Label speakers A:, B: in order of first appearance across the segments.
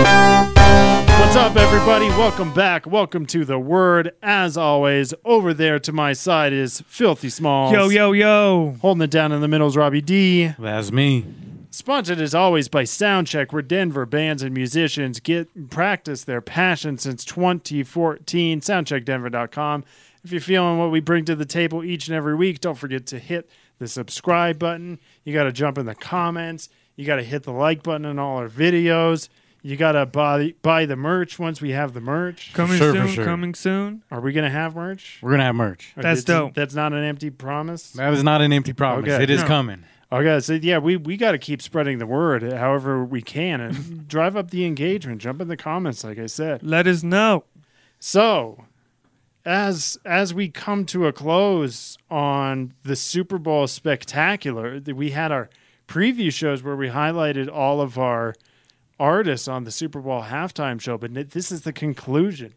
A: What's up, everybody? Welcome back. Welcome to the Word. As always, over there to my side is Filthy Smalls.
B: Yo, yo, yo.
A: Holding it down in the middle is Robbie D.
C: That's me.
A: Sponsored as always by Soundcheck, where Denver bands and musicians get practice their passion since 2014. Soundcheckdenver.com. If you're feeling what we bring to the table each and every week, don't forget to hit the subscribe button. You got to jump in the comments. You got to hit the like button on all our videos. You got to buy, buy the merch once we have the merch.
B: Coming
C: sure, for
B: soon,
C: sure.
B: coming soon.
A: Are we going to have merch?
C: We're gonna have merch.
A: Or
B: That's
A: did-
B: dope.
A: That's not an empty promise.
C: That was not an empty promise.
A: Okay.
C: It is
B: No.
C: coming.
A: Okay, so yeah, we, we got to keep spreading the word however we can and drive up the engagement, jump in the comments, like I said.
B: Let us know.
A: So, as as we come to a close on the Super Bowl spectacular, th- we had our preview shows where we highlighted all of our artists on the Super Bowl halftime show, but n- this is the conclusion.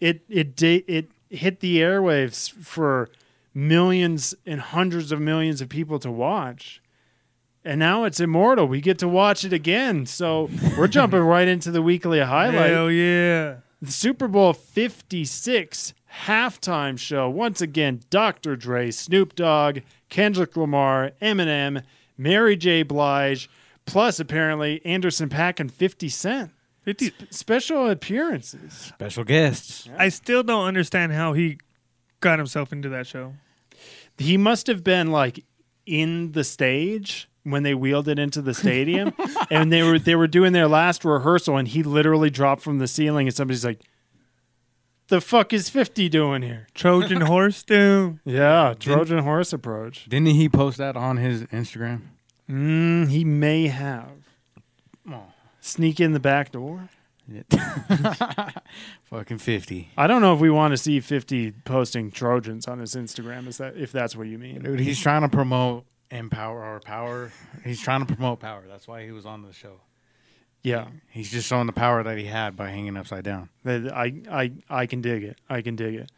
A: It it da- it hit the airwaves for millions and hundreds of millions of people to watch. And now it's immortal. We get to watch it again. So we're jumping right into the weekly highlight.
B: Hell yeah.
A: The Super Bowl 56 halftime show. Once again, Dr. Dre, Snoop Dogg, Kendrick Lamar, Eminem, Mary J. Blige, plus apparently Anderson Pack and 50 Cent.
B: 50,
A: Sp- special appearances.
C: Special guests.
B: I still don't understand how he got himself into that show.
A: He must have been like in the stage when they wheeled it into the stadium and they were they were doing their last rehearsal and he literally dropped from the ceiling and somebody's like the fuck is 50 doing here?
B: Trojan horse, dude.
A: Yeah, Trojan horse approach.
C: Didn't he post that on his Instagram?
A: Mm, he may have.
C: Aw.
A: Sneak in the back door.
C: Fucking fifty.
A: I don't know if we want to see 50 posting Trojans on his Instagram. Is that if that's what you mean?
C: Dude, he's trying to promote empower or power. He's trying to promote power. That's why he was on the show.
A: Yeah,
C: He's just showing the power that he had by hanging upside down.
A: That- I I I can dig it. I can dig it.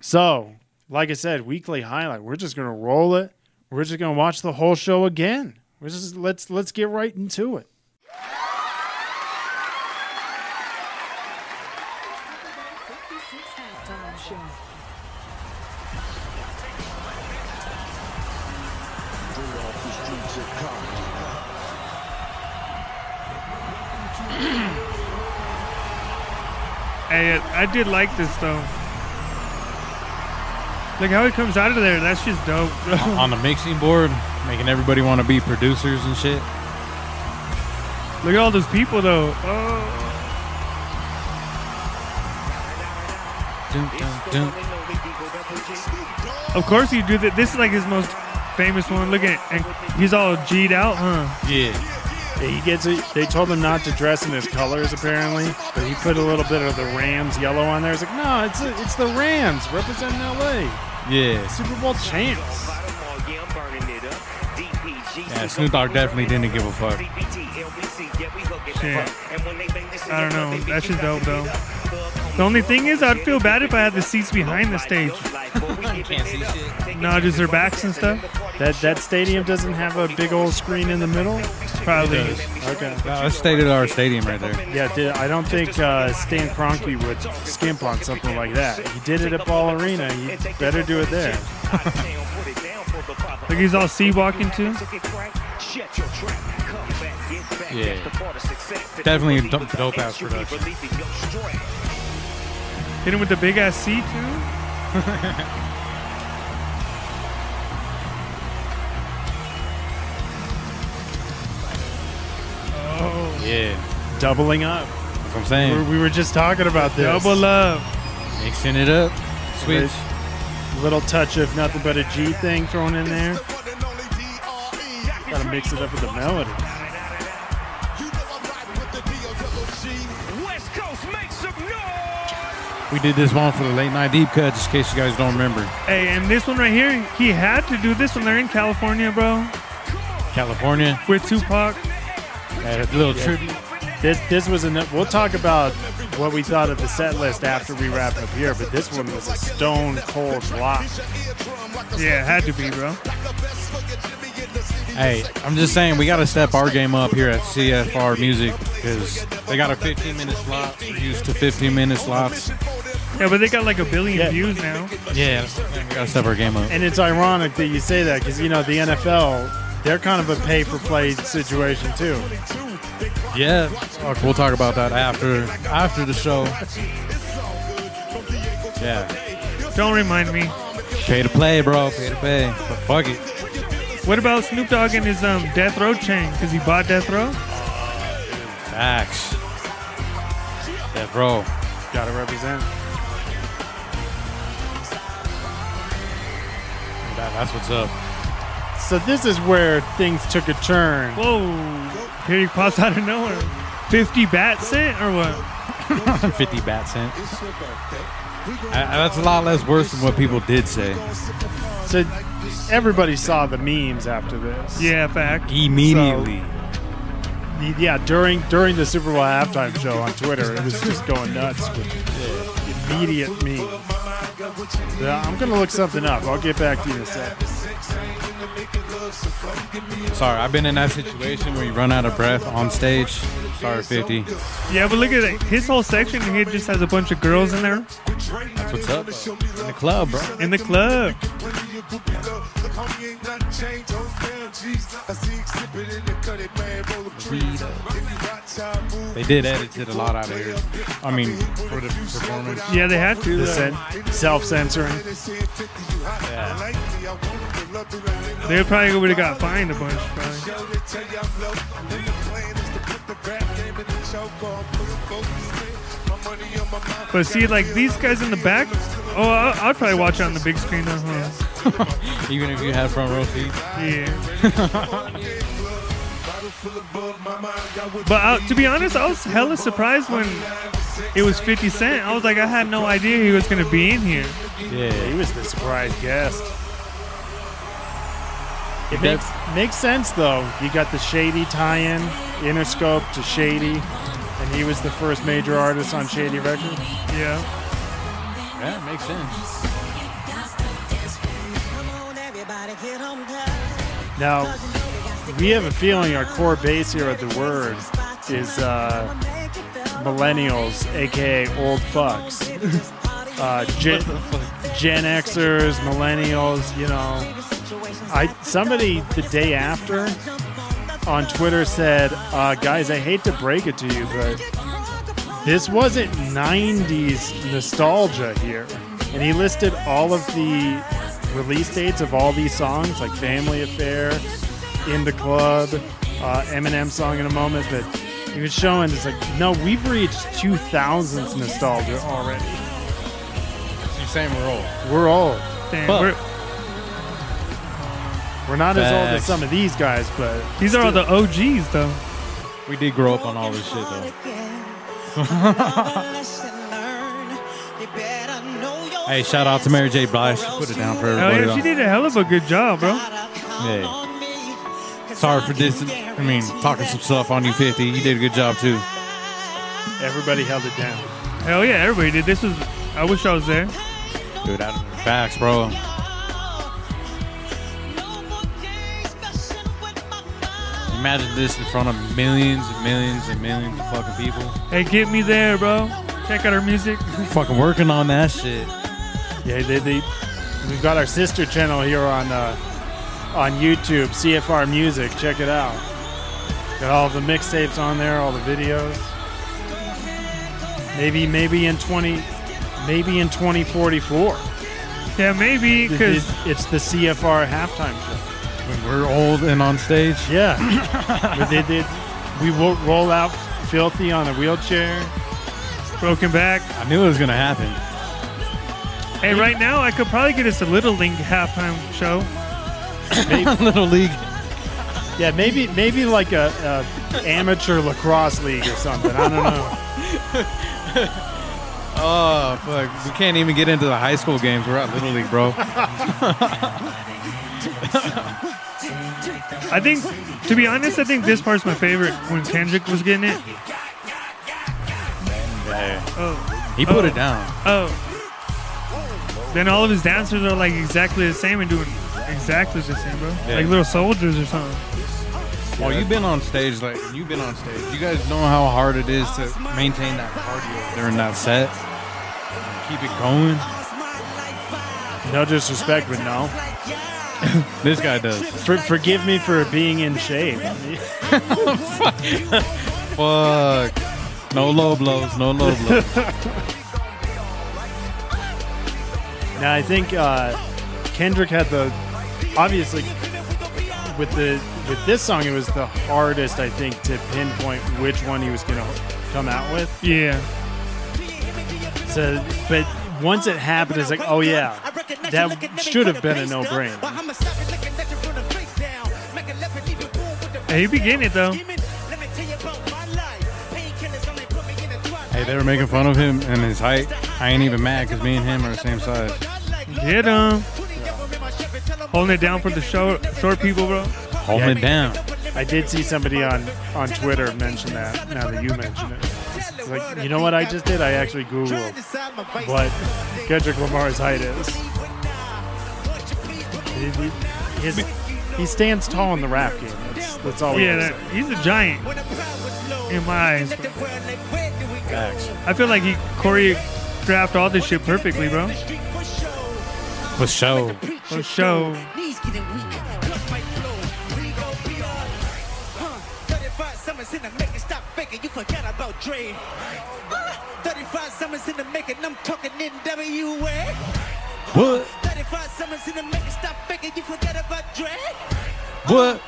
A: So, like I said, weekly highlight. We're just gonna roll it. We're just gonna watch the whole show again. We're just let's let's get right into it.
B: Hey, I I did like this, though. Like how he comes out of there, that's just dope, bro.
C: on the mixing board, making everybody want to be producers and shit.
B: Look at all those people, though. Oh,
C: Dun, dun, dun.
B: of course he do that. This is like his most famous one. Look at, and he's all G'd out, huh?
C: Yeah.
A: He gets it. They told him not to dress in his colors apparently, but he put a little bit of the Rams yellow on there. It's like no, it's it's the Rams representing LA.
C: Yeah.
A: Super Bowl champs.
D: Yeah, Snoop Dogg definitely didn't give a fuck.
B: Shit. I don't know. That shit's dope, though. The only thing is, I'd feel bad if I had the seats behind the stage.
D: Can't see shit.
B: No, just their backs and stuff.
A: That that stadium doesn't have a big old screen in the middle.
B: Probably.
C: It does.
A: Okay.
C: That's state of the art stadium right there.
A: Yeah, dude, I don't think uh, Stan Kroenke would skimp on something like that. He did it at Ball Arena. You better do it there.
B: Like he's all sea walking too.
C: Yeah. Definitely a dope- dope-ass production.
B: Hit him with the big ass C too.
C: Yeah.
A: Doubling up.
C: That's what I'm
A: We
C: saying.
A: we were just talking about this.
B: Double up.
C: Mixing it up. Switch.
A: Little touch of nothing but a G thing thrown in there. Gotta mix it up with the melody.
D: West Coast, make some noise!
E: We did this one for the late night deep cut, just in case you guys don't remember.
B: Hey, and this one right here, he had to do this one. They're in California, bro.
E: California,
B: With Tupac.
E: had a little tribute.
A: This this was an. We'll talk about what we thought of the set list after we wrap up here, but this one was a stone cold rock.
B: Yeah, it had to be, bro.
E: Hey, I'm just saying we got to step our game up here at CFR Music because they got a 15 minute slot. We're used to 15 minute slots.
B: Yeah, but they got like a billion
A: Yeah.
B: views now.
E: Yeah, we got to step our game up.
A: And it's ironic that you say that because you know the NFL, they're kind of a pay for play situation too.
E: Yeah, fuck, we'll talk about that after after the show. Yeah,
B: Don't remind me.
E: pay to play, bro. Pay to play. But fuck it.
B: What about Snoop Dogg and his um Death Row chain? Because he bought Death Row?
E: Facts. Yeah, bro.
A: Got to represent.
E: That, that's what's up.
A: So this is where things took a turn.
B: Whoa. Here he pops out of nowhere. 50 bat cent or what?
E: 50 bat cent. that's a lot less worse than what people did say.
A: So everybody saw the memes after this.
B: Yeah, fact.
E: Immediately.
A: yeah. During during the Super Bowl halftime show on Twitter, it was just going nuts with immediate memes. Yeah, I'm gonna look something up. I'll get back to you in a sec.
E: Sorry, I've been in that situation where you run out of breath on stage. Sorry, 50.
B: Yeah, but look at it. His whole section here just has a bunch of girls in there
E: That's what's up. bro. In the club, bro.
B: in the club.
E: They did edit it a lot out of here. I mean, for the performance.
B: Yeah, they had to.
A: The
B: though.
A: sen- self-censoring.
B: They probably would have got fined a bunch. Probably. But see, like these guys in the back, oh, I'll, I'll probably watch it on the big screen. Though, huh?
E: Even if you had front row seats.
B: Yeah. But I, to be honest, I was hella surprised when it was 50 Cent. I was like, I had no idea he was gonna be in here.
A: He
E: Yeah.
A: was the surprise guest. It
E: That-
A: makes, makes sense though. You got the Shady tie-in, Interscope to Shady, and he was the first major artist on Shady Records.
B: Yeah.
E: Yeah, makes sense.
A: Now, we have a feeling our core base here at the word is uh, millennials, aka old fucks, uh, Gen, Gen Xers, millennials. You know, I somebody the day after on Twitter said, uh, "Guys, I hate to break it to you, but this wasn't 90s nostalgia here. And he listed all of the release dates of all these songs, like Family Affair, In the Club, uh, Eminem song in a moment, but he was showing it's like, no, we've reached 2000s nostalgia already.
E: It's the same role.
A: We're old.
B: Damn,
E: But-
B: we're-
A: We're not as old as
E: Facts.
A: some of these guys, but
B: these are all the OGs though.
E: We did grow up on all this shit, though.
F: hey, shout out to Mary J. Blige. She put it down for
B: Hell
F: everybody.
B: yeah, she did a hell of a good job, bro.
F: Yeah.
E: Sorry for this. I mean, talking some stuff on you, 50. You did a good job, too.
A: everybody held it down.
B: Hell yeah, everybody did. This was. I wish I was there.
E: Dude, out of facts, bro. Imagine this in front of millions and millions and millions of fucking people.
B: Hey, get me there, bro. Check out her music.
E: Fucking working on that shit.
A: Yeah, they, they, we've got our sister channel here on uh, on YouTube, CFR Music. Check it out. Got all the mixtapes on there, all the videos. Maybe, maybe in twenty, maybe in twenty forty four.
B: Yeah, maybe because
A: It's the CFR halftime show.
E: When we're old and on stage.
A: Yeah, but they did. We will roll out filthy on a wheelchair.
B: broken back.
E: I knew it was gonna happen.
B: Hey, right now I could probably get us a Little League halftime show.
E: Little league.
A: Yeah, maybe, maybe like a, a amateur lacrosse league or something. I don't know.
C: Oh fuck! We can't even get into the high school games. We're at Little League, bro.
B: I think, to be honest, I think this part's my favorite when Kendrick was getting it. Oh,
C: He put
B: Oh.
C: it down.
B: oh. Then all of his dancers are like exactly the same and doing exactly the same, bro.
C: Yeah.
B: Like little soldiers or something.
C: Well, you've been on stage, like you've been on stage. You guys know how hard it is to maintain that cardio during that set. Keep it going.
A: No disrespect, but no.
C: This guy does.
A: For, forgive me for being in shape.
C: Fuck. No low blows. No low blows.
A: Now I think uh, Kendrick had the obviously with the with this song it was the hardest I think to pinpoint which one he was gonna come out with.
B: Yeah.
A: So, but once it happened, it's like, oh yeah, that should have been a no brainer.
B: Hey, he be getting it though.
C: Hey, they were making fun of him and his height. I ain't even mad because me and him are the same size.
B: Get him. Holding it down for the short, short people, bro.
C: Hold it down.
A: I did see somebody on on Twitter mention that. Now that you mention it, it's like you know what I just did? I actually googled what Kendrick Lamar's height is. He, he- his- he stands tall in the rap game. That's, that's
C: Oh,
A: all we
B: Yeah,
A: have to
B: that, he's a giant in my eyes. bro.
C: Facts.
B: I feel like he choreographed all this shit perfectly, bro.
C: For sure.
B: Oh. For show.
C: What? What?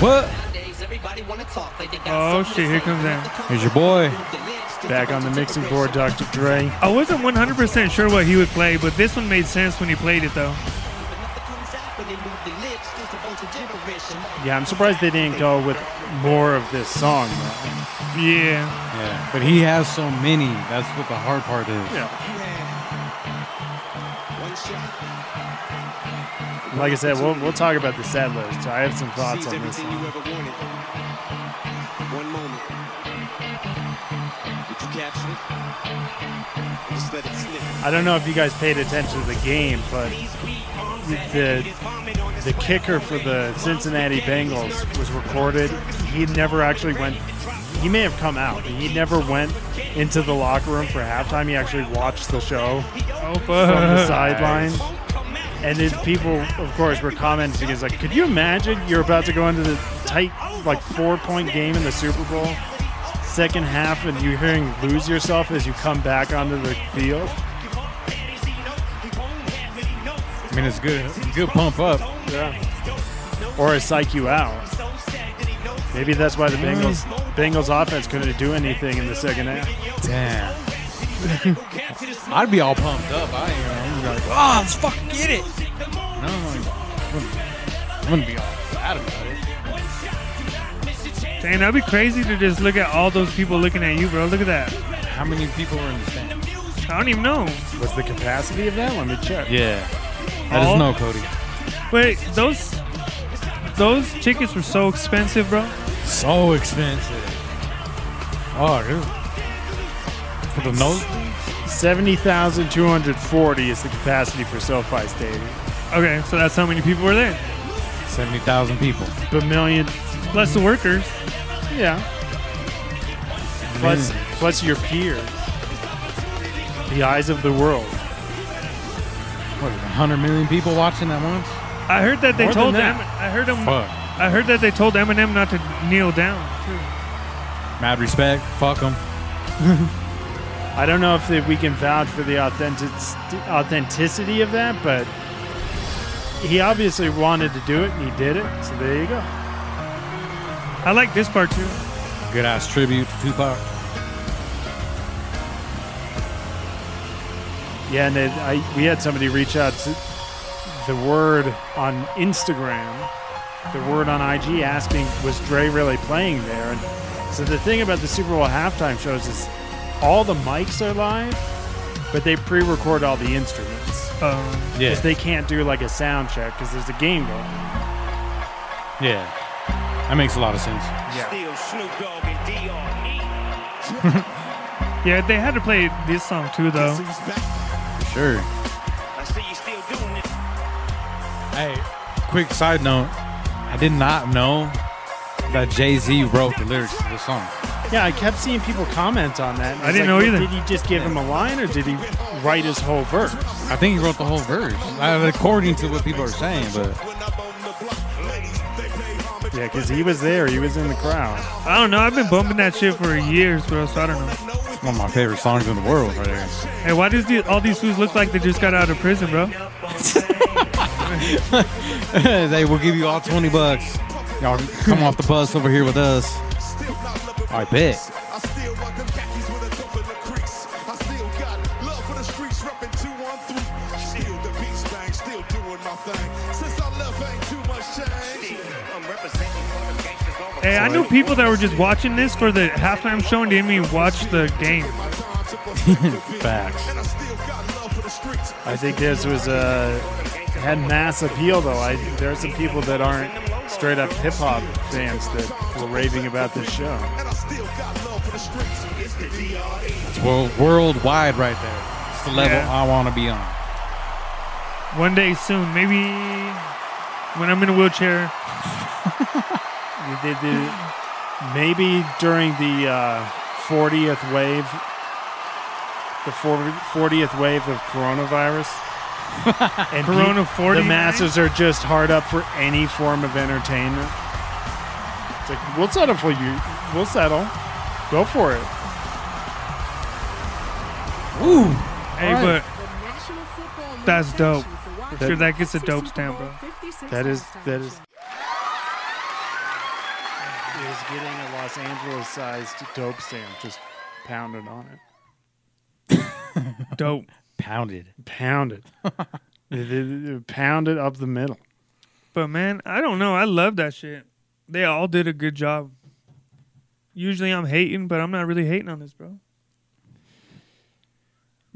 C: What?
B: Oh shit, here comes Aaron.
C: Here's your boy.
A: say. Back on the mixing board, Dr. Dre.
B: I wasn't 100% sure what he would play, but this one made sense when he played it, though.
A: Yeah, I'm surprised they didn't go with more of this song. Though.
B: Yeah.
C: Yeah, but he has so many. That's what the hard part is.
A: Like I said, we'll, we'll talk about the set list. I have some thoughts on this. Song.
E: One moment. Did you capture it? Just let it slip.
A: I don't know if you guys paid attention to the game, but the the kicker for the Cincinnati Bengals was recorded. He never actually went. He may have come out. but He never went into the locker room for halftime. He actually watched the show
B: Oh,
A: from the
B: fuck.
A: sideline. And then people, of course, were commenting. It's like, could you imagine you're about to go into the tight, like four point game in the Super Bowl, second half, and you hearing "Lose Yourself" as you come back onto the field?
C: I mean, it's good. Good pump up.
A: or a psych you out. Maybe that's why the Bengals Bengals offense couldn't do anything in the second half.
C: Damn. I'd be all pumped up. I ain't gonna- I'm like, oh,
B: Ah,
C: let's fucking get it. No, I wouldn't- I wouldn't be all bad about it.
B: Dang, that'd be crazy to just look at all those people looking at you, bro. Look at that.
C: How many people were in the stand?
B: I don't even know.
A: What's the capacity of that? Let me check.
C: Yeah. I just
B: All-
C: know, Cody.
B: Wait, those those tickets were so expensive, bro.
C: So expensive. Oh, dude. For the nose.
A: Seventy thousand two hundred forty is the capacity for SoFi Stadium.
B: Okay, so that's how many people were there.
C: 70,000 people.
A: But million,
B: Plus the workers.
A: yeah. Plus, plus your peers, the eyes of the world.
C: What, 100 million people watching at once?
B: I heard that they
A: More than
B: told
A: that.
B: them. I heard them.
C: Fuck.
B: I heard that they told Eminem not to kneel down.
C: Mad respect. Fuck them.
A: I don't know if that we can vouch for the authentic authenticity of that, but he obviously wanted to do it and he did it. So there you go.
B: I like this part too.
C: Good ass tribute to Tupac.
A: Yeah, and it, I we had somebody reach out to the word on Instagram, the word on IG, asking was Dre really playing there, and So the thing about the Super Bowl halftime shows is all the mics are live, but they pre-record all the instruments.
B: Um,
A: Because they can't do like a sound check because there's a game going. on.
E: yeah. That makes a lot of sense.
B: yeah, they had to play this song too, though.
E: Sure. Hey, quick side note. I did not know that Jay Z wrote the lyrics to the song.
A: Yeah, I kept seeing people comment on that. and
B: I
A: was
B: didn't
A: like,
B: know
A: "Well,
B: either."
A: Did he just give him a line or did he write his whole verse?
E: I think he wrote the whole verse, uh, according to what people are saying. But
A: Yeah, because he was there. He was in the crowd.
B: I don't know. I've been bumping that shit for years, bro. So I don't know.
E: it's one of my favorite songs in the world, right there.
B: Hey, why does the, all these dudes look like they just got out of prison, bro?
E: they will give you all 20 bucks. Y'all come off the bus over here with us. I bet.
B: Hey, I knew people that were just watching this for the halftime show and didn't even watch the game.
E: Facts.
A: I think this was uh, had mass appeal though. I there are some people that aren't straight up hip hop fans that were raving about this show.
E: It's world, worldwide right there. It's the level
B: Yeah.
E: I want to be on.
B: One day soon, maybe when I'm in a wheelchair.
A: They did the- maybe during the uh, 40th wave, the 40, 40th wave of coronavirus. and pe-
B: Corona 40,
A: The masses are just hard up for any form of entertainment. It's like we'll settle for you. We'll settle. Go for it.
E: Ooh.
B: Hey, That's dope. sure that gets a dope stamp, bro.
A: That is that is is getting a Los Angeles sized dope stamp just pounded on it.
B: but dope.
E: Pounded.
A: Pounded. They- they- they pounded up the middle.
B: But man, I don't know. I love that shit. They all did a good job. Usually I'm hating, but I'm not really hating on this, bro.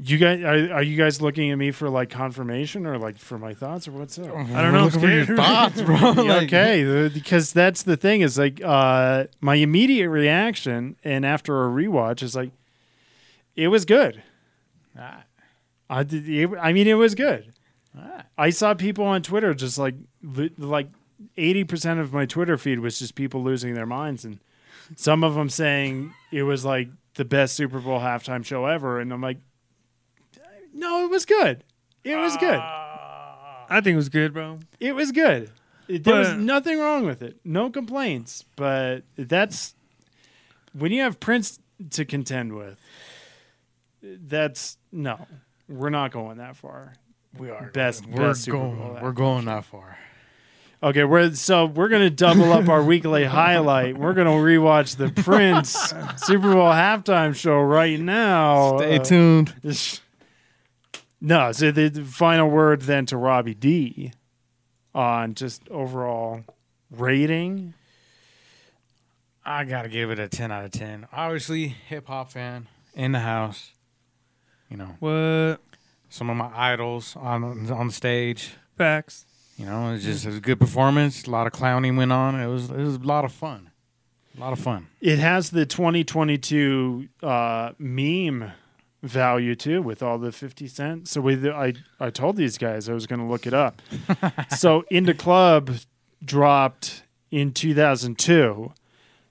A: You guys are, are you guys looking at me for like confirmation or like for my thoughts or what's up?
B: I don't know. I'm
E: Looking for your
B: scared.
E: thoughts, bro.
A: Yeah,
E: Like,
A: okay, the- because that's the thing is like uh, my immediate reaction, and after a rewatch, is like it was good.
E: Ah.
A: I did. It, I mean, it was good.
E: Ah.
A: I saw people on Twitter just like li- like eighty percent of my Twitter feed was just people losing their minds, and some of them saying it was like the best Super Bowl halftime show ever, and I'm like, no, it was good. It was good.
E: Ah.
B: I think it was good, bro.
A: It was good. It- there was
B: But-
A: nothing wrong with it. No complaints. But that's when you have Prince to contend with. That's no. We're not going that far. We are best.
E: We're
A: best Super Bowl
E: going. We're going that far.
A: Okay, we're so we're gonna double up our weekly highlight. We're gonna rewatch the Prince Super Bowl halftime show right now.
E: Stay
A: Uh,
E: tuned.
A: no, so the, the final word then to Robbie D on just overall rating.
E: I gotta give it a ten out of ten. Obviously, hip hop fan in the house. You know,
B: What
E: some of my idols on on the stage.
B: facts?
E: You know, it was just it was a good performance. A lot of clowning went on. It was it was a lot of fun. A lot of fun.
A: It has the 2022 uh, meme value too with all the 50 cents. So we I I told these guys I was going to look it up. so Into Club dropped in 2002.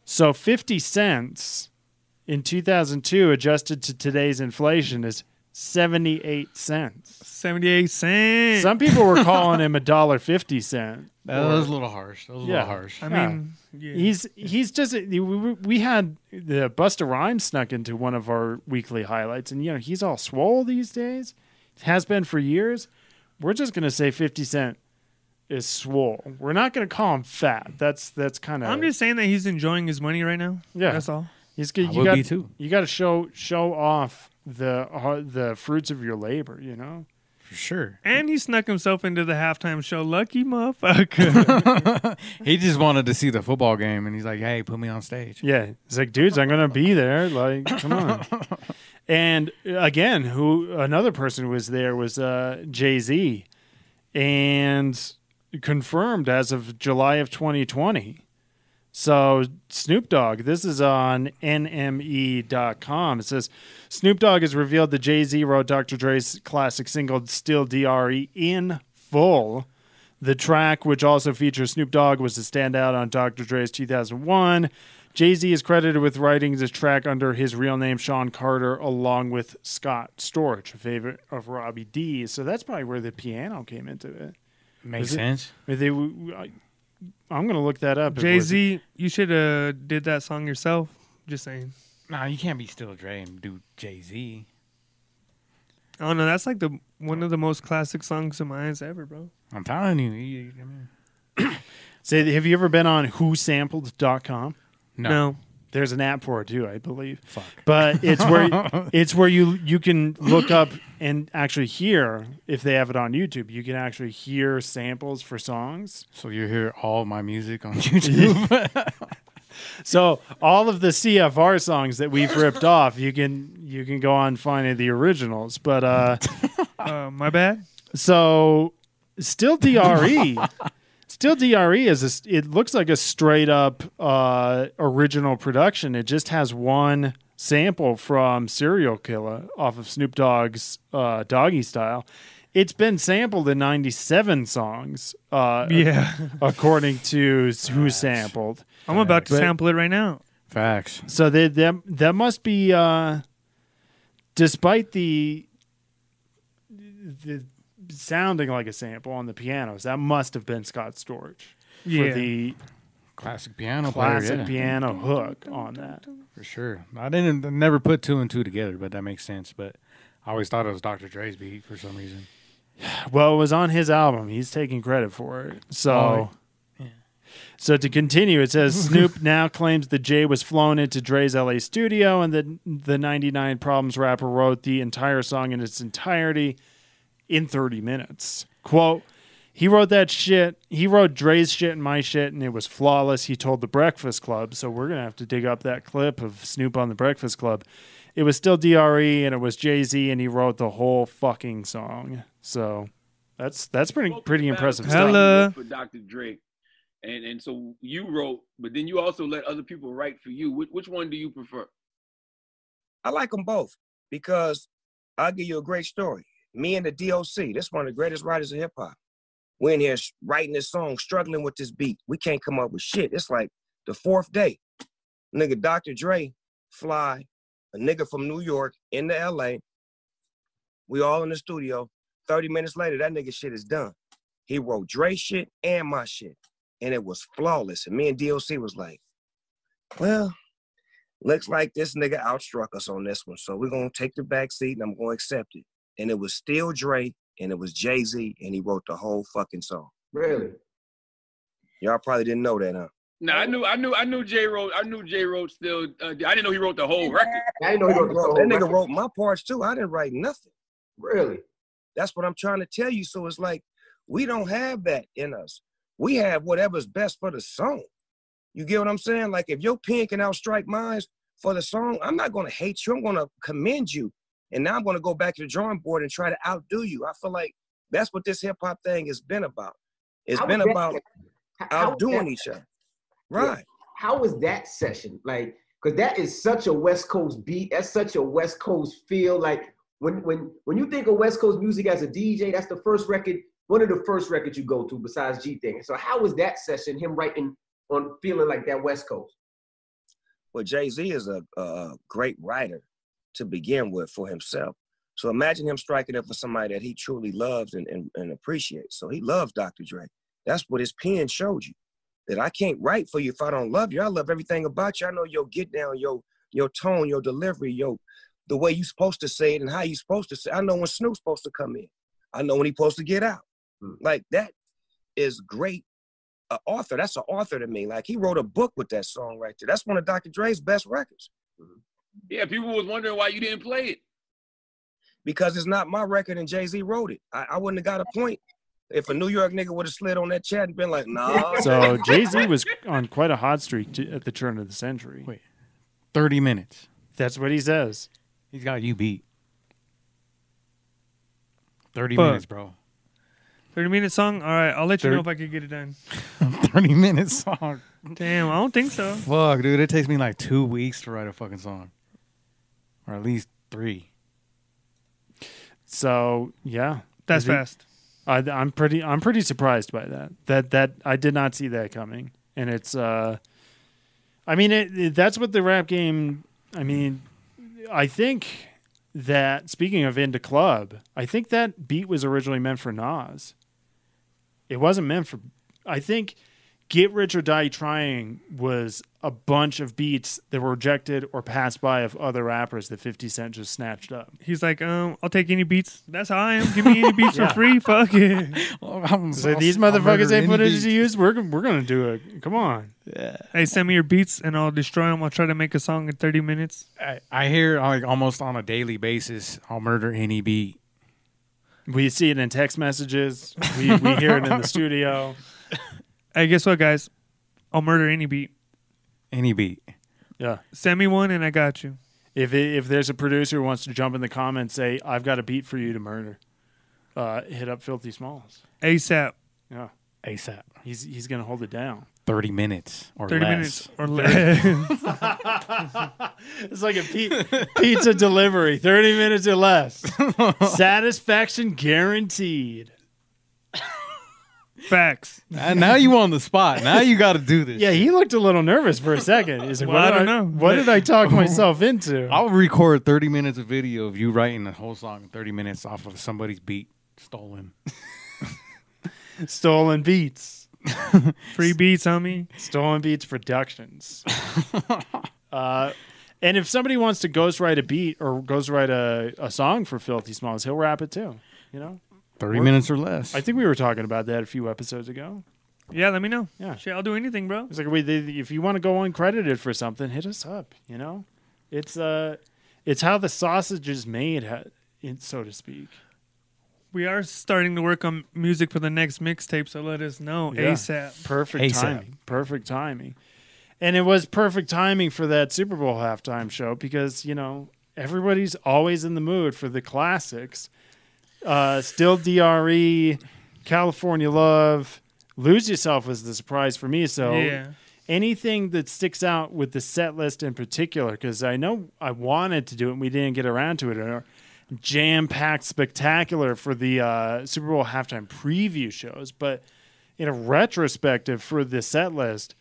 A: So 50 cents in 2002 adjusted to today's inflation is 78 cents.
B: 78 cents.
A: Some people were calling him a dollar 50 cent.
E: That was a little harsh. That was a
A: Yeah.
E: little harsh.
B: I
A: Yeah.
B: mean, yeah.
A: He's he's just uh, we- we we had the Busta Rhymes snuck into one of our weekly highlights, and you know he's all swole these days, has been for years. We're just gonna say Fifty Cent is swole. We're not gonna call him fat. That's that's kind of
B: I'm just saying that he's enjoying his money right now.
A: Yeah.
B: that's all.
A: he's good.
E: I
A: You
E: would
A: got
E: be too.
A: you got to show show off the uh, the fruits of your labor. You know
E: for sure.
B: And he snuck himself into the halftime show. Lucky motherfucker.
E: he just wanted to see the football game, and he's like, "Hey, put me on stage."
A: Yeah, it's like, dudes, I'm gonna be there. Like, come on. And uh, again, who another person who was there was uh, Jay Z, and confirmed as of July of 2020. So Snoop Dogg, this is on NME.com. It says Snoop Dogg has revealed that Jay Z wrote Dr. Dre's classic single "Still Dre" in full. The track, which also features Snoop Dogg, was a standout on Dr. Dre's 2001. Jay Z is credited with writing the track under his real name, Sean Carter, along with Scott Storch, a favorite of Robbie D. So that's probably where the piano came into it.
E: Makes
A: Is it-
E: sense.
A: I mean, They, w- w- I, am gonna look that up. if
B: Jay
A: we're-
B: Z, you should have did that song yourself. Just saying.
E: Nah, you can't be still Dre and do Jay Z.
B: Oh no, that's like the one of the most classic songs of mine ever, bro.
E: I'm telling you. you- I mean-
A: Say, have you ever been on WhoSampled.com?
E: no.
A: There's an app for it too, I believe.
E: Fuck.
A: But it's where it's where you you can look up and actually hear if they have it on YouTube. You can actually hear samples for songs.
E: So you hear all my music on YouTube.
A: So all of the CFR songs that we've ripped off, you can you can go on finding the originals. But uh,
B: Uh, my bad.
A: so still DRE, still DRE is a s it looks like a straight up uh, original production. It just has one sample from Serial Killer off of Snoop Dogg's uh, Doggy Style. It's been sampled in 97 songs, uh,
B: Yeah,
A: according to who sampled.
B: I'm about to
A: But-
B: sample it right now.
E: Facts.
A: So they, that that must be, uh, despite the the sounding like a sample on the pianos, that must have been Scott Storch
B: Yeah,
A: for the
E: Classic piano
A: classic
E: player. Yeah,
A: piano hook on that.
E: for sure. I didn't I never put two and two together, but that makes sense. But I always thought it was Dr. Dre's beat for some reason.
A: Well, it was on his album. He's taking credit for it. So.
E: Oh,
A: So to continue, it says Snoop now claims that Jay was flown into Dre's LA studio and that the 99 Problems rapper wrote the entire song in its entirety in 30 minutes. Quote, he wrote that shit. He wrote Dre's shit and my shit, and it was flawless. He told The Breakfast Club. So we're going to have to dig up that clip of Snoop on The Breakfast Club. It was still DRE and it was Jay Z, and he wrote the whole fucking song. So that's that's pretty pretty impressive stuff.
B: Hella.
G: for Dr. Dre, and and so you wrote, but then you also let other people write for you. Which, which one do you prefer?
H: I like them both because I'll give you a great story. Me and the DOC, that's one of the greatest writers of hip hop. We're in here s- writing this song, struggling with this beat. We can't come up with shit. It's like the fourth day. Nigga, Dr. Dre fly, a nigga from New York into LA. We all in the studio. 30 minutes later, that nigga shit is done. He wrote Dre shit and my shit. And it was flawless. And me and DOC was like, well, looks like this nigga outstruck us on this one. So we're gonna take the back seat and I'm gonna accept it. And it was still Dre and it was Jay Z and he wrote the whole fucking song.
G: Really?
H: Y'all probably didn't know that, huh?
G: No, I knew, I knew, I knew J. Road. I knew J. Road still. Uh, I didn't know he wrote the whole record.
I: I know you
H: That nigga wrote my parts too. I didn't write nothing.
I: really.
H: That's what I'm trying to tell you. So it's like we don't have that in us. We have whatever's best for the song. You get what I'm saying? Like if your pen can outstrike mine for the song, I'm not gonna hate you. I'm gonna commend you. And now I'm gonna go back to the drawing board and try to outdo you. I feel like that's what this hip hop thing has been about. It's
I: How
H: been
I: was that
H: about
I: session? How- how was
H: outdoing
I: that-
H: each other. Right.
I: How was that session like? Because that is such a West Coast beat. That's such a West Coast feel. Like when when when you think of West Coast music as a DJ, that's the first record, one of the first records you go to besides G thing. So how was that session? Him writing on feeling like that West Coast.
H: Well, Jay Z is a, a great writer to begin with for himself. So imagine him striking up for somebody that he truly loves and, and, and appreciates. So he loves Dr. Dre. That's what his pen showed you. That I can't write for you if I don't love you. I love everything about you. I know your get down, your your tone, your delivery, your the way you supposed to say it and how you supposed to say. I know when Snoop's supposed to come in. I know when he's supposed to get out.
I: Hmm.
H: Like that is great an author. That's an author to me. Like he wrote a book with that song right there. That's one of Dr. Dre's best records
G: Yeah, people was wondering why you didn't play it.
H: because it's not my record and Jay Z wrote it. I, I wouldn't have got a point if a New York nigga would have slid on that chat and been like, nah.
A: So Jay Z was on quite a hot streak to, at the turn of the century.
E: Wait. 30 minutes.
A: That's what he says.
E: He's got you beat. 30
B: Fuck.
E: minutes, bro.
B: 30 minute song? All right, I'll let you
E: Thirty-
B: know if I can get it done.
E: 30 minutes song.
B: Damn, I don't think so.
E: Fuck, dude. It takes me like two weeks to write a fucking song, or at least three.
A: So yeah,
B: That's
A: Is he-
B: fast.
A: I, I'm pretty I'm pretty surprised by that. That that I did not see that coming, and it's uh, I mean it, it- that's what the rap game. I mean, I think that speaking of into club, I think that beat was originally meant for Nas. It wasn't meant for. I think Get Rich or Die Trying was a bunch of beats that were rejected or passed by of other rappers that 50 Cent just snatched up.
B: He's like, um, I'll take any beats. That's how I am. Give me any beats
A: Yeah.
B: for free. Fuck it.
E: Oh, I'm-
A: So
E: I'll-
A: these
E: I'll
A: motherfuckers
E: murder
A: ain't
E: any
A: put it
E: beat.
A: to use. We're gon- we're gonna do it. Come on.
B: Hey, send me your beats and I'll destroy them. I'll try to make a song in 30 minutes.
E: I, I hear like almost on a daily basis, I'll murder any beat.
A: We see it in text messages. We, we hear it in the studio.
B: Hey, guess what, guys? I'll murder any beat.
E: Any beat.
A: Yeah.
B: Send me one and I got you.
A: If it, if there's a producer who wants to jump in the comments, say I've got a beat for you to murder. Uh, hit up Filthy Smalls.
B: ASAP.
A: Yeah.
E: ASAP.
A: He's he's gonna hold it down.
E: 30 minutes or
B: 30
E: less.
B: minutes or less.
A: It's like a pe- pizza delivery, thirty minutes or less. Satisfaction guaranteed.
B: Facts.
E: And Uh, now you on the spot. Now you got to do this.
A: Yeah, he looked a little nervous for a second. He's like,
B: Well,
A: what
B: I
A: did
B: don't know.
A: What did I talk myself into?
E: I'll record 30 minutes of video of you writing the whole song in 30 minutes off of somebody's beat stolen.
A: Stolen beats.
B: Free beats, homie.
A: Stolen Beats Productions. uh, and if somebody wants to ghostwrite a beat or ghostwrite a, a song for Filthy Smalls, he'll rap it too. You know,
E: 30
A: Or-
E: minutes or less.
A: I think we were talking about that a few episodes ago.
B: Yeah, let me know.
A: Yeah.
B: Shit, I'll do anything, bro.
A: It's like we, they, if you want to go uncredited for something, hit us up. You know, it's uh, it's how the sausage is made, ha- in, so to speak.
B: We are starting to work on music for the next mixtape, so let us know
A: Yeah.
B: ASAP.
A: Perfect
E: ASAP.
A: timing. Perfect timing. And it was perfect timing for that Super Bowl halftime show because, you know, everybody's always in the mood for the classics. Uh, Still DRE, California Love, Lose Yourself was the surprise for me. So
B: Yeah.
A: anything that sticks out with the set list in particular, because I know I wanted to do it and we didn't get around to it. Or jam packed spectacular for the uh, Super Bowl halftime preview shows, but in a retrospective for the set list,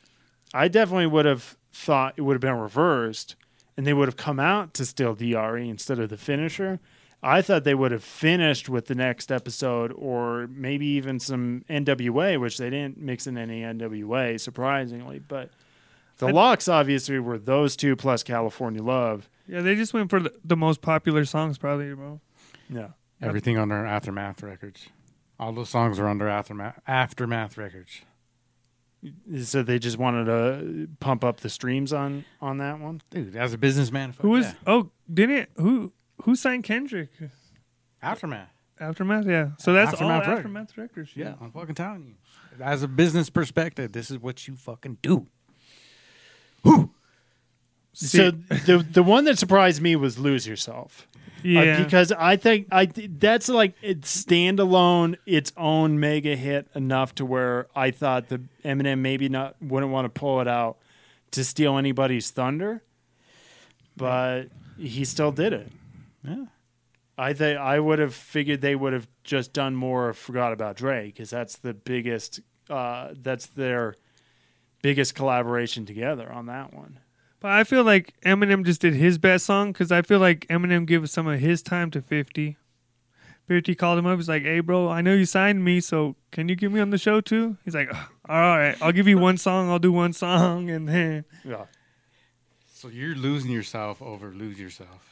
A: I definitely would have thought it would have been reversed and they would have come out to still DRE instead of the finisher. I thought they would have finished with the next episode or maybe even some NWA, which they didn't mix in any NWA, surprisingly. But the locks obviously were those two plus California Love.
B: Yeah, they just went for the, the most popular songs, probably, bro.
A: Yeah.
E: Everything on their Aftermath records. All those songs are on their Aftermath, aftermath records.
A: So they just wanted to pump up the streams on on that one.
E: Dude, as a businessman, fuck
B: Who was?
E: yeah.
B: Oh, didn't who? Who signed Kendrick?
E: Aftermath?
B: Aftermath, yeah. So that's
E: Aftermath
B: all
E: Records.
B: Aftermath Records.
E: Yeah, I'm fucking telling you. As a business perspective, this is what you fucking do. uh,
A: so the the one that surprised me was lose yourself. Uh,
B: yeah.
A: because I think I th- that's like it's standalone, its own mega hit enough to where I thought the Eminem maybe not wouldn't want to pull it out to steal anybody's thunder, but he still did it.
E: Yeah.
A: I think I would have figured they would have just done more. of Forgot about Dre because that's the biggest. Uh, that's their biggest collaboration together on that one.
B: but I feel like Eminem just did his best song because I feel like Eminem gave some of his time to Fifty. Fifty called him up. He's like, "Hey, bro, I know you signed me, so can you get me on the show too?" He's like, "Ugh, "All right, I'll give you one song. I'll do one song, and then
A: Yeah.
E: So you're losing yourself over lose yourself.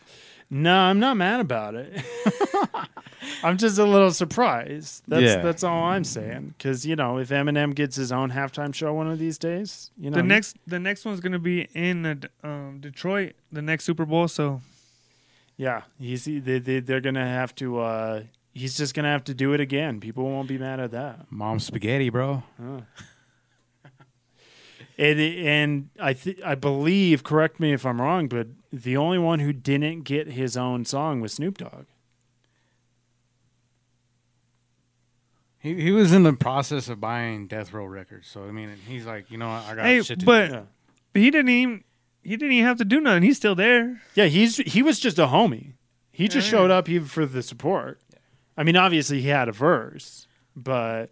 A: No, I'm not mad about it. I'm just a little surprised. That's
E: Yeah.
A: that's all I'm saying. Because you know, if Eminem gets his own halftime show one of these days, you know,
B: the um, next the next one's gonna be in uh, um, Detroit, the next Super Bowl. So
A: Yeah, he's he- they, they they're gonna have to. uh He's just gonna have to do it again. People won't be mad at that.
E: Mom spaghetti, bro.
A: And and I th- I believe, correct me if I'm wrong, but the only one who didn't get his own song was Snoop Dogg.
E: He he was in the process of buying Death Row Records, so I mean, he's like, you know, what, I got
B: Hey,
E: shit to
B: but
A: Yeah.
B: he didn't even he didn't even have to do nothing. He's still there.
A: Yeah, he's he was just a homie. He just showed up even for the support. I mean, obviously he had a verse, but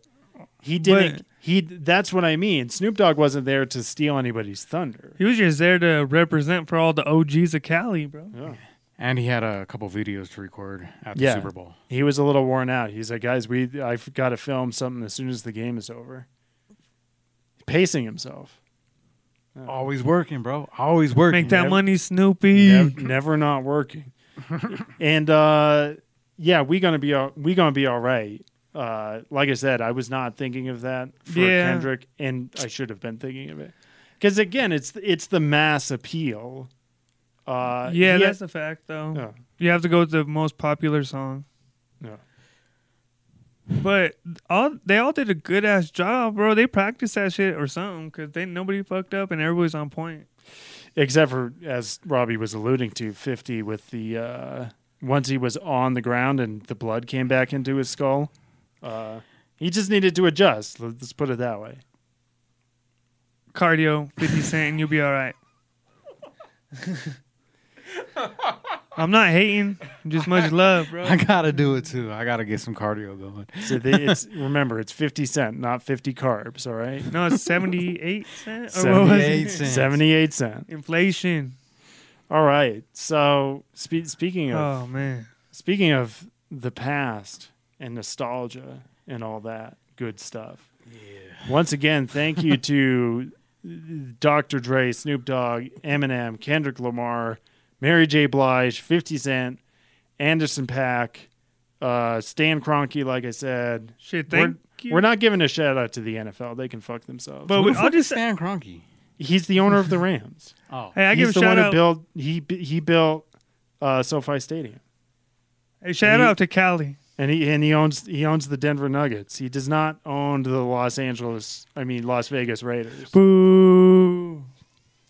A: he didn't.
B: But-
A: he that's what I mean. Snoop Dogg wasn't there to steal anybody's thunder.
B: He was just there to represent for all the OGs of Cali, bro.
E: do. and he had a couple videos to record at the
A: Yeah.
E: Super Bowl.
A: He was a little worn out. He's like, guys, we I've got to film something as soon as the game is over. Pacing himself.
E: Always working, bro. Always working.
B: Make that
A: Nev-
B: money, Snoopy.
A: never, never not working. and uh, yeah, we gonna be all, we gonna be all right. Uh, like I said, I was not thinking of that for
B: Yeah.
A: Kendrick, and I should have been thinking of it because again, it's it's the mass appeal. Uh,
B: yeah,
A: he-
B: that's a fact, though.
A: Yeah.
B: You have to go with the most popular song.
A: Yeah.
B: But all they all did a good ass job, bro. They practiced that shit or something because they nobody fucked up and everybody's on point.
A: except for as Robbie was alluding to, fifty with the uh, once he was on the ground and the blood came back into his skull. Uh, he just needed to adjust. Let's put it that way.
B: Cardio, Fifty Cent, and you'll be all right. I'm not hating, just much love, bro.
E: I gotta do it too. I gotta get some cardio going.
A: So they, it's remember, it's fifty cent, not fifty carbs. All right.
B: No, it's 78 cent or what was
A: 78
B: it?
E: 78 cents.
A: 78 cent.
B: Inflation.
A: All right. So spe- speaking of
B: Oh man.
A: speaking of the past and nostalgia and all that good stuff. Yeah. Once again, thank you to Dr. Dre, Snoop Dogg, Eminem, Kendrick Lamar, Mary J. Blige, 50 Cent, Anderson Pack, uh, Stan Kroenke, like I said.
B: Shit,
A: we're,
B: thank you.
A: we're not giving a shout out to the NFL. They can fuck themselves.
B: But we, I'll just say,
E: Stan Kroenke.
A: he's the owner of the Rams.
E: Oh,
B: hey, I
A: He's
B: give a
A: the
B: shout
A: one
B: out.
A: who built he b- he built uh, SoFi Stadium,
B: hey, shout
A: he-
B: out to Cali.
A: and he and he owns he owns the Denver Nuggets. He does not own the Los Angeles, I mean Las Vegas Raiders.
B: Boo.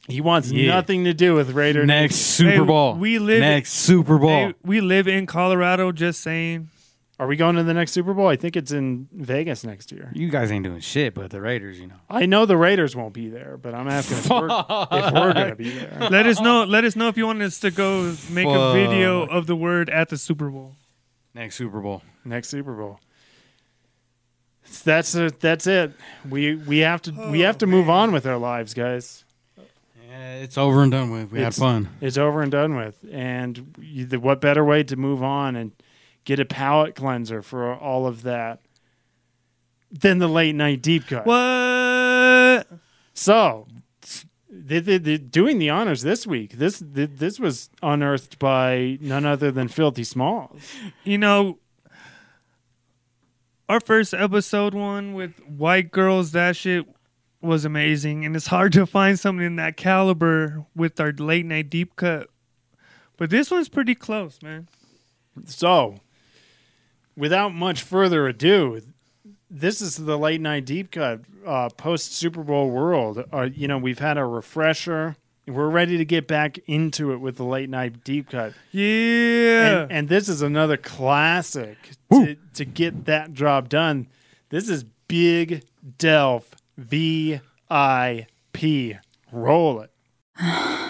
A: He wants
E: Yeah.
A: nothing to do with Raider.
E: next Super
B: Hey,
E: Bowl.
B: we live-
E: next Super Bowl.
B: Hey, we live in Colorado. Just saying.
A: Are we going to the next Super Bowl? I think it's in Vegas next year.
E: you guys ain't doing shit, but the Raiders, you know.
A: I know the Raiders won't be there, but I'm asking if we're, if we're going to be there.
B: Let us know. Let us know if you want us to go make a video of the word at the Super Bowl.
E: Next Super Bowl.
A: next Super Bowl. That's a, that's it. We we have to we
B: Oh,
A: have to move on with our lives, guys.
E: Yeah, it's over and done with. We had
A: It's-
E: fun.
A: It's over and done with. And you, the, what better way to move on and get a palate cleanser for all of that than the late night deep cut?
B: What?
A: So, they, they, they doing the honors this week. This th this was unearthed by none other than Filthy Smalls.
B: You know, our first episode one with white girls. That shit was amazing, and it's hard to find something in that caliber with our late night deep cut. But this one's pretty close, man.
A: So, without much further ado, this is the late night deep cut uh, post Super Bowl world. Uh, you know, we've had a refresher. We're ready to get back into it with the late night deep cut.
B: Yeah.
E: Uh.
A: And, and this is another classic to, to get that job done. This is Big Delph VIP. Roll it.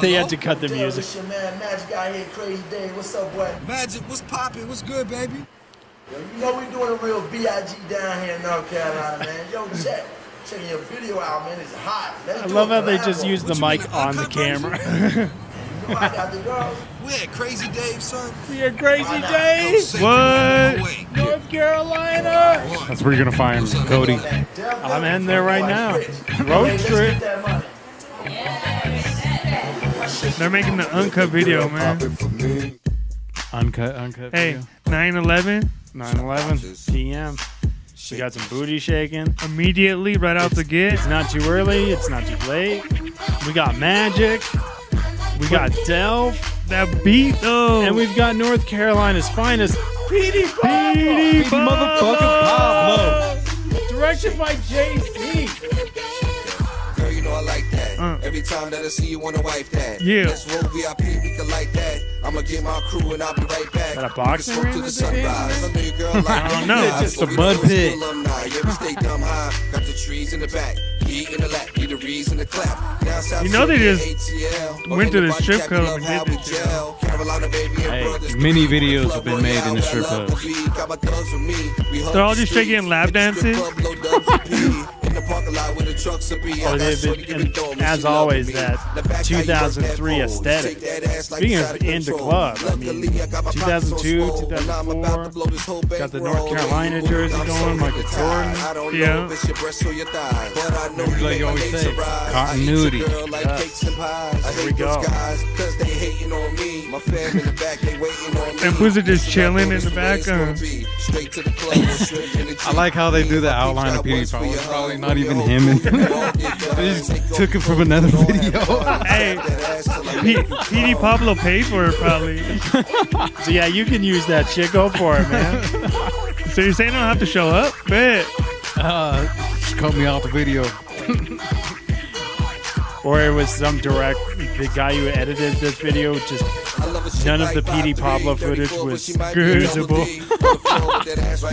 A: they had to cut the music.
J: It's your man Magic out here, Crazy Dave. What's up, boy?
D: Magic, what's poppin'? What's good, baby?
J: Yo, you know we doing a real B.I.G. down here in North Carolina, man. Yo, check. Checking your video out, man. It's hot. Let's
A: I
J: do
A: love
J: a
A: how they
J: collab
A: just
J: one.
A: use the mic on the camera.
J: You know I got the girls.
D: We at Crazy Dave, son.
A: You're crazy,
D: What?
A: North Carolina.
E: That's where you're gonna find Cody.
A: I'm in there right now. Road
J: Let's
A: trip.
J: get that money.
B: They're making the uncut video, man.
E: Uncut, uncut.
B: Hey,
E: video.
B: 9 11.
A: 9 11 p.m. She got some booty shaking.
B: Immediately, right out the gate.
A: It's not too early. It's not too late. We got Magic. We got Delph.
B: That beat though.
A: And we've got North Carolina's finest, Petey Pop.
B: Petey
E: Motherfucking Pablo.
A: Directed by JC.
H: Girl, you know I like that.
B: Uh.
H: Every time that I see you, wanna wife that.
B: Yeah.
H: Let's roll VIP, we can like that. I'ma get my crew and I'll be right back.
A: That a boxing
H: We can smoke
A: ring
H: till
A: that
H: the
A: they did?
H: sunrise. I know your girl like
B: don't know.
H: guys,
E: Just
H: but
E: a
H: we know
E: mud
H: it's
E: pit.
H: alumni. You ever stay dumb high? Got the trees in the back. Heat in the lap, need a reason to clap. Down South
B: You know they
H: Florida,
B: just
H: ATL.
B: went to the
H: Body
B: strip
H: cap,
B: club
H: love
B: and
H: how
B: did
H: we
B: this shit.
H: gel. Carolina, baby, and
E: Hey,
H: brothers.
E: many videos have been
H: Club
E: made in the
H: royale,
E: strip
H: I love
E: clubs.
H: the beat. Got my thugs with me. We hug
B: They're all
H: the
B: just straight getting
H: streets.
B: lap
H: Hit the strip
B: dances.
H: club, blow dubs and pee. In the parking lot where the trucks will be.
A: Oh,
H: I got
A: they've
H: shorty
A: been,
H: giving
A: and
H: dome, she
A: as
H: loving
A: always,
H: me.
A: that
H: The back how you work that
A: 2003
H: pole.
A: aesthetic.
H: Shake that ass like
A: Speaking
H: it's
A: of
H: out
A: in the
H: control.
A: club, I mean,
H: Luckily, I got my pockets so
A: 2002,
H: swole, and I'm about to blow this whole
A: got the
H: bankroll.
A: North Carolina jersey
H: I'm so
A: going, Michael
H: hypnotized.
A: Jordan.
H: I don't
B: Yeah.
H: know if it's your breast or your thighs, but I
E: Like
H: know you
E: you
H: make my
E: always
H: nature
E: say,
H: rise.
E: continuity.
H: I hate your girl like
A: Yes.
H: cakes and pies. I
A: There we
H: hate those
A: go.
H: guys 'cause they hating on me. My fam in the back, they waiting on me.
B: And Boozer just
H: Listen, I know
B: chilling in
H: this
B: the
H: the way it's gonna
B: background.
H: be. Straight to the club, we'll strip in the
E: I like how they do the
H: Peeps
E: outline
H: got
E: of Petey
H: words for
E: Pablo.
H: your
E: Probably
H: hug.
E: not even
H: Yo,
E: him.
H: you walk it down,
E: They just
H: take
E: took it from another video.
B: Hey,
H: that ass till I
B: P- PD Pablo paid for it probably.
A: So yeah, you can use that shit. Go for it, man.
B: So you're saying I don't have to show up? Bet.
E: Uh, just cut me off the video.
A: or it was some direct. The guy who edited this video just
H: None of the PD Pablo footage was usable.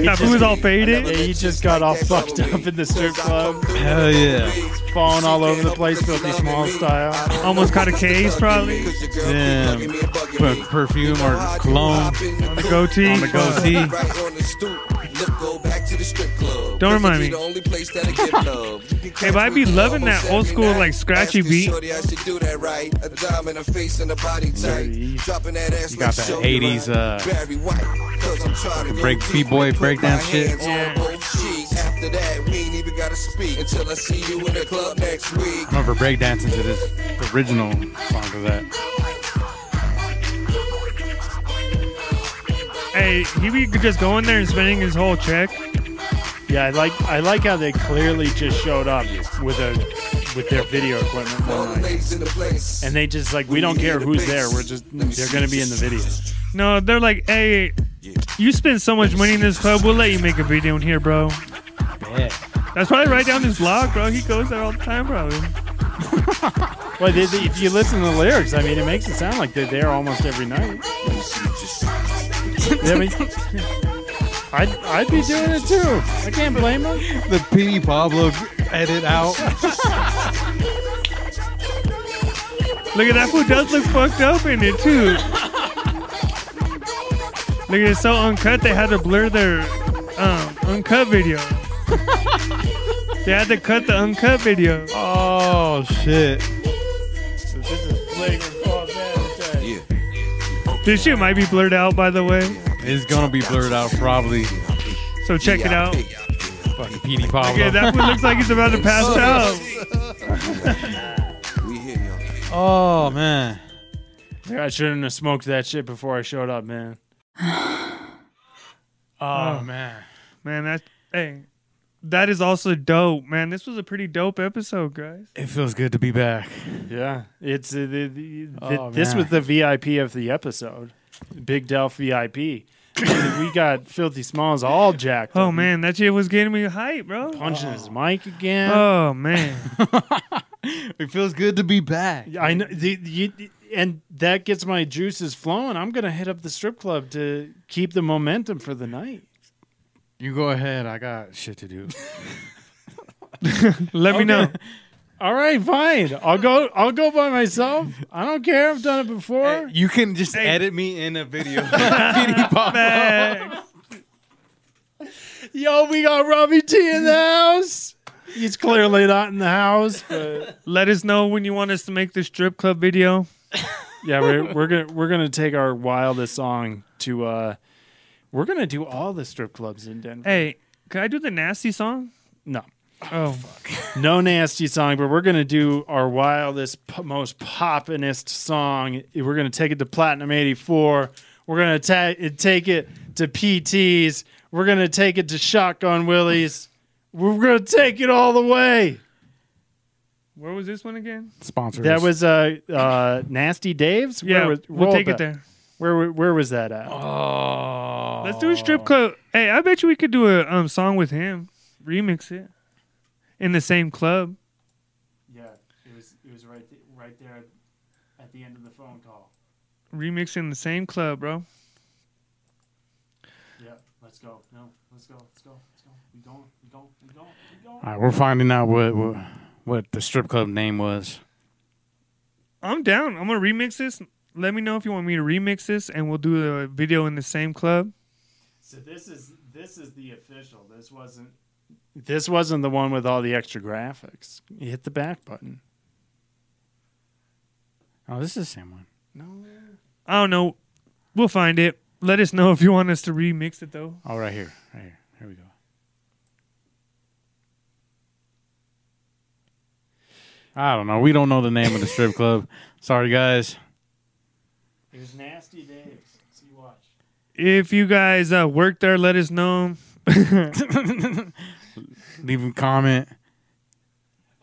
B: That fool's all faded.
A: Yeah, he just got all fucked up in the strip club,
E: Hell yeah.
A: falling all over the place, filthy small style.
B: Almost caught a case probably.
E: Yeah. Put perfume or cologne.
H: On
B: The goatee.
E: On the goatee.
B: Don't remind me. Hey, but I be loving that old school, like, scratchy beat.
H: You
E: You got that 80s, uh,
H: Barry White, cause I'm trying to go
E: break-
H: deep.
E: B-boy
H: Put
E: breakdown
H: my
E: shit.
H: hands on
B: Yeah.
H: both cheeks. After that, we ain't even gotta speak until I see you in the club next week.
E: I remember breakdancing to this original song of that.
B: Hey, he be just going there and spending his whole check.
A: Yeah, I like I like how they clearly just showed up with a with their video equipment
H: All
A: one
H: the
A: night,
H: ladies in the place.
A: and they just like we don't care who's there. We're just they're gonna be in the video.
B: No, they're like, hey, you spend so much money in this club, we'll let you make a video in here, bro. That's probably right down his block, bro. He goes there all the time, probably.
A: Well, they, they- if you listen to the lyrics, I mean, it makes it sound like they're there almost every night. I mean, I'd, I'd be doing it too. I can't blame them.
E: The PD Pablo edit out.
B: Look at that fool does look fucked up in it too. Look at it so uncut they had to blur their um, uncut video. they had to cut the uncut video.
E: Oh, shit.
B: This shit might be blurred out by the way.
E: It's gonna be blurred out probably.
B: So check it out.
E: Fucking PD
B: Okay,
E: Pablo.
B: that fool looks like he's about to pass out.
H: We here, y'all.
E: Oh, man.
A: I shouldn't have smoked that shit before I showed up, man.
B: Oh,
K: man.
B: Man, that hey. That is also dope, man. This was a pretty dope episode, guys.
K: It feels good to be back.
A: Yeah, it's uh, the, the, the-
K: Oh,
A: this
K: man.
A: was the VIP of the episode, Big Delph VIP. I mean, we got Filthy Smalls all jacked.
B: Oh
A: up.
B: man, that shit was getting me hype, bro.
A: punching his mic again.
B: Oh man.
E: It feels good to be back.
A: I know the, you, and that gets my juices flowing. I'm gonna hit up the strip club to keep the momentum for the night.
K: You go ahead. I got shit to do.
B: Let me know.
A: All right, fine. I'll go. I'll go by myself. I don't care. I've done it before.
E: You can just edit me in a video. PD Pablo.
B: Facts.
A: Yo, we got Robbie T in the house. He's clearly not in the house, but
B: Let us know when you want us to make the strip club video.
A: yeah, we're we're gonna we're gonna take our wildest song to. uh We're gonna do all the strip clubs in Denver.
B: Hey, can I do the nasty song?
A: No,
B: Oh,
A: no nasty song, but we're gonna do our wildest, p- most poppinest song. We're gonna take it to Platinum '84. We're gonna ta- take it to PTs. We're gonna take it to Shotgun Willie's. We're gonna take it all the way.
B: Where was this one again?
E: Sponsors.
A: That was uh, uh, Nasty Dave's.
B: Yeah,
A: was-
B: we'll
A: roll
B: take
A: back.
B: it there.
A: Where wa- where was that at?
E: Oh.
B: Let's do a strip club. Hey, I bet you we could do a um song with him, remix it in the same club.
A: Yeah, it was it was right right there at the end of the phone call.
B: Remix in the same club, bro.
A: Yeah, let's go. No, let's go. Let's go. Let's go. We going. We going. We going. We going.
E: All right, we're finding out what, what what the strip club name was.
B: I'm down. I'm gonna remix this. Let me know if you want me to remix this, and we'll do a video in the same club.
A: So this is this is the official. This wasn't. This wasn't the one with all the extra graphics. You hit the back button.
E: Oh, this is the same one.
A: No.
B: I don't know. We'll find it. Let us know if you want us to remix it though.
E: Oh, right here, right here. Here we go. I don't know. We don't know the name of the strip club. Sorry, guys.
A: It was nasty Dave's. So you watch.
B: If you guys uh, work there, let us know.
E: Leave a comment.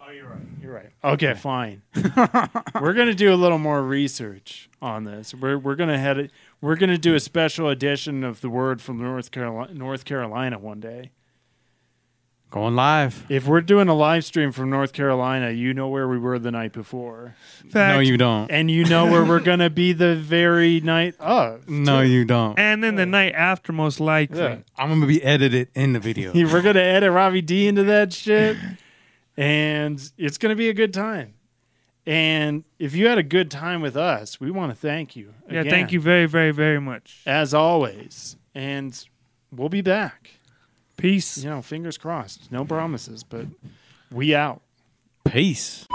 A: Oh, you're right. You're right. Okay, fine. we're gonna do a little more research on this. We're we're gonna head. it- We're gonna do a special edition of the word from North Carolina, North Carolina one day.
E: Going live.
A: If we're doing a live stream from North Carolina, you know where we were the night before,
B: Fact.
E: No, you don't.
A: and you know where we're gonna be the very night of.
E: No, you don't.
B: and then the night after, most likely.
A: Oh. Yeah.
E: I'm gonna be edited in the video.
A: We're gonna edit Robbie D into that shit, and it's gonna be a good time. And if you had a good time with us, we want to thank you.
B: Yeah,
A: again.
B: thank you very, very, very much.
A: as always. And we'll be back.
B: Peace.
A: You know, fingers crossed. No promises, but we out.
E: Peace.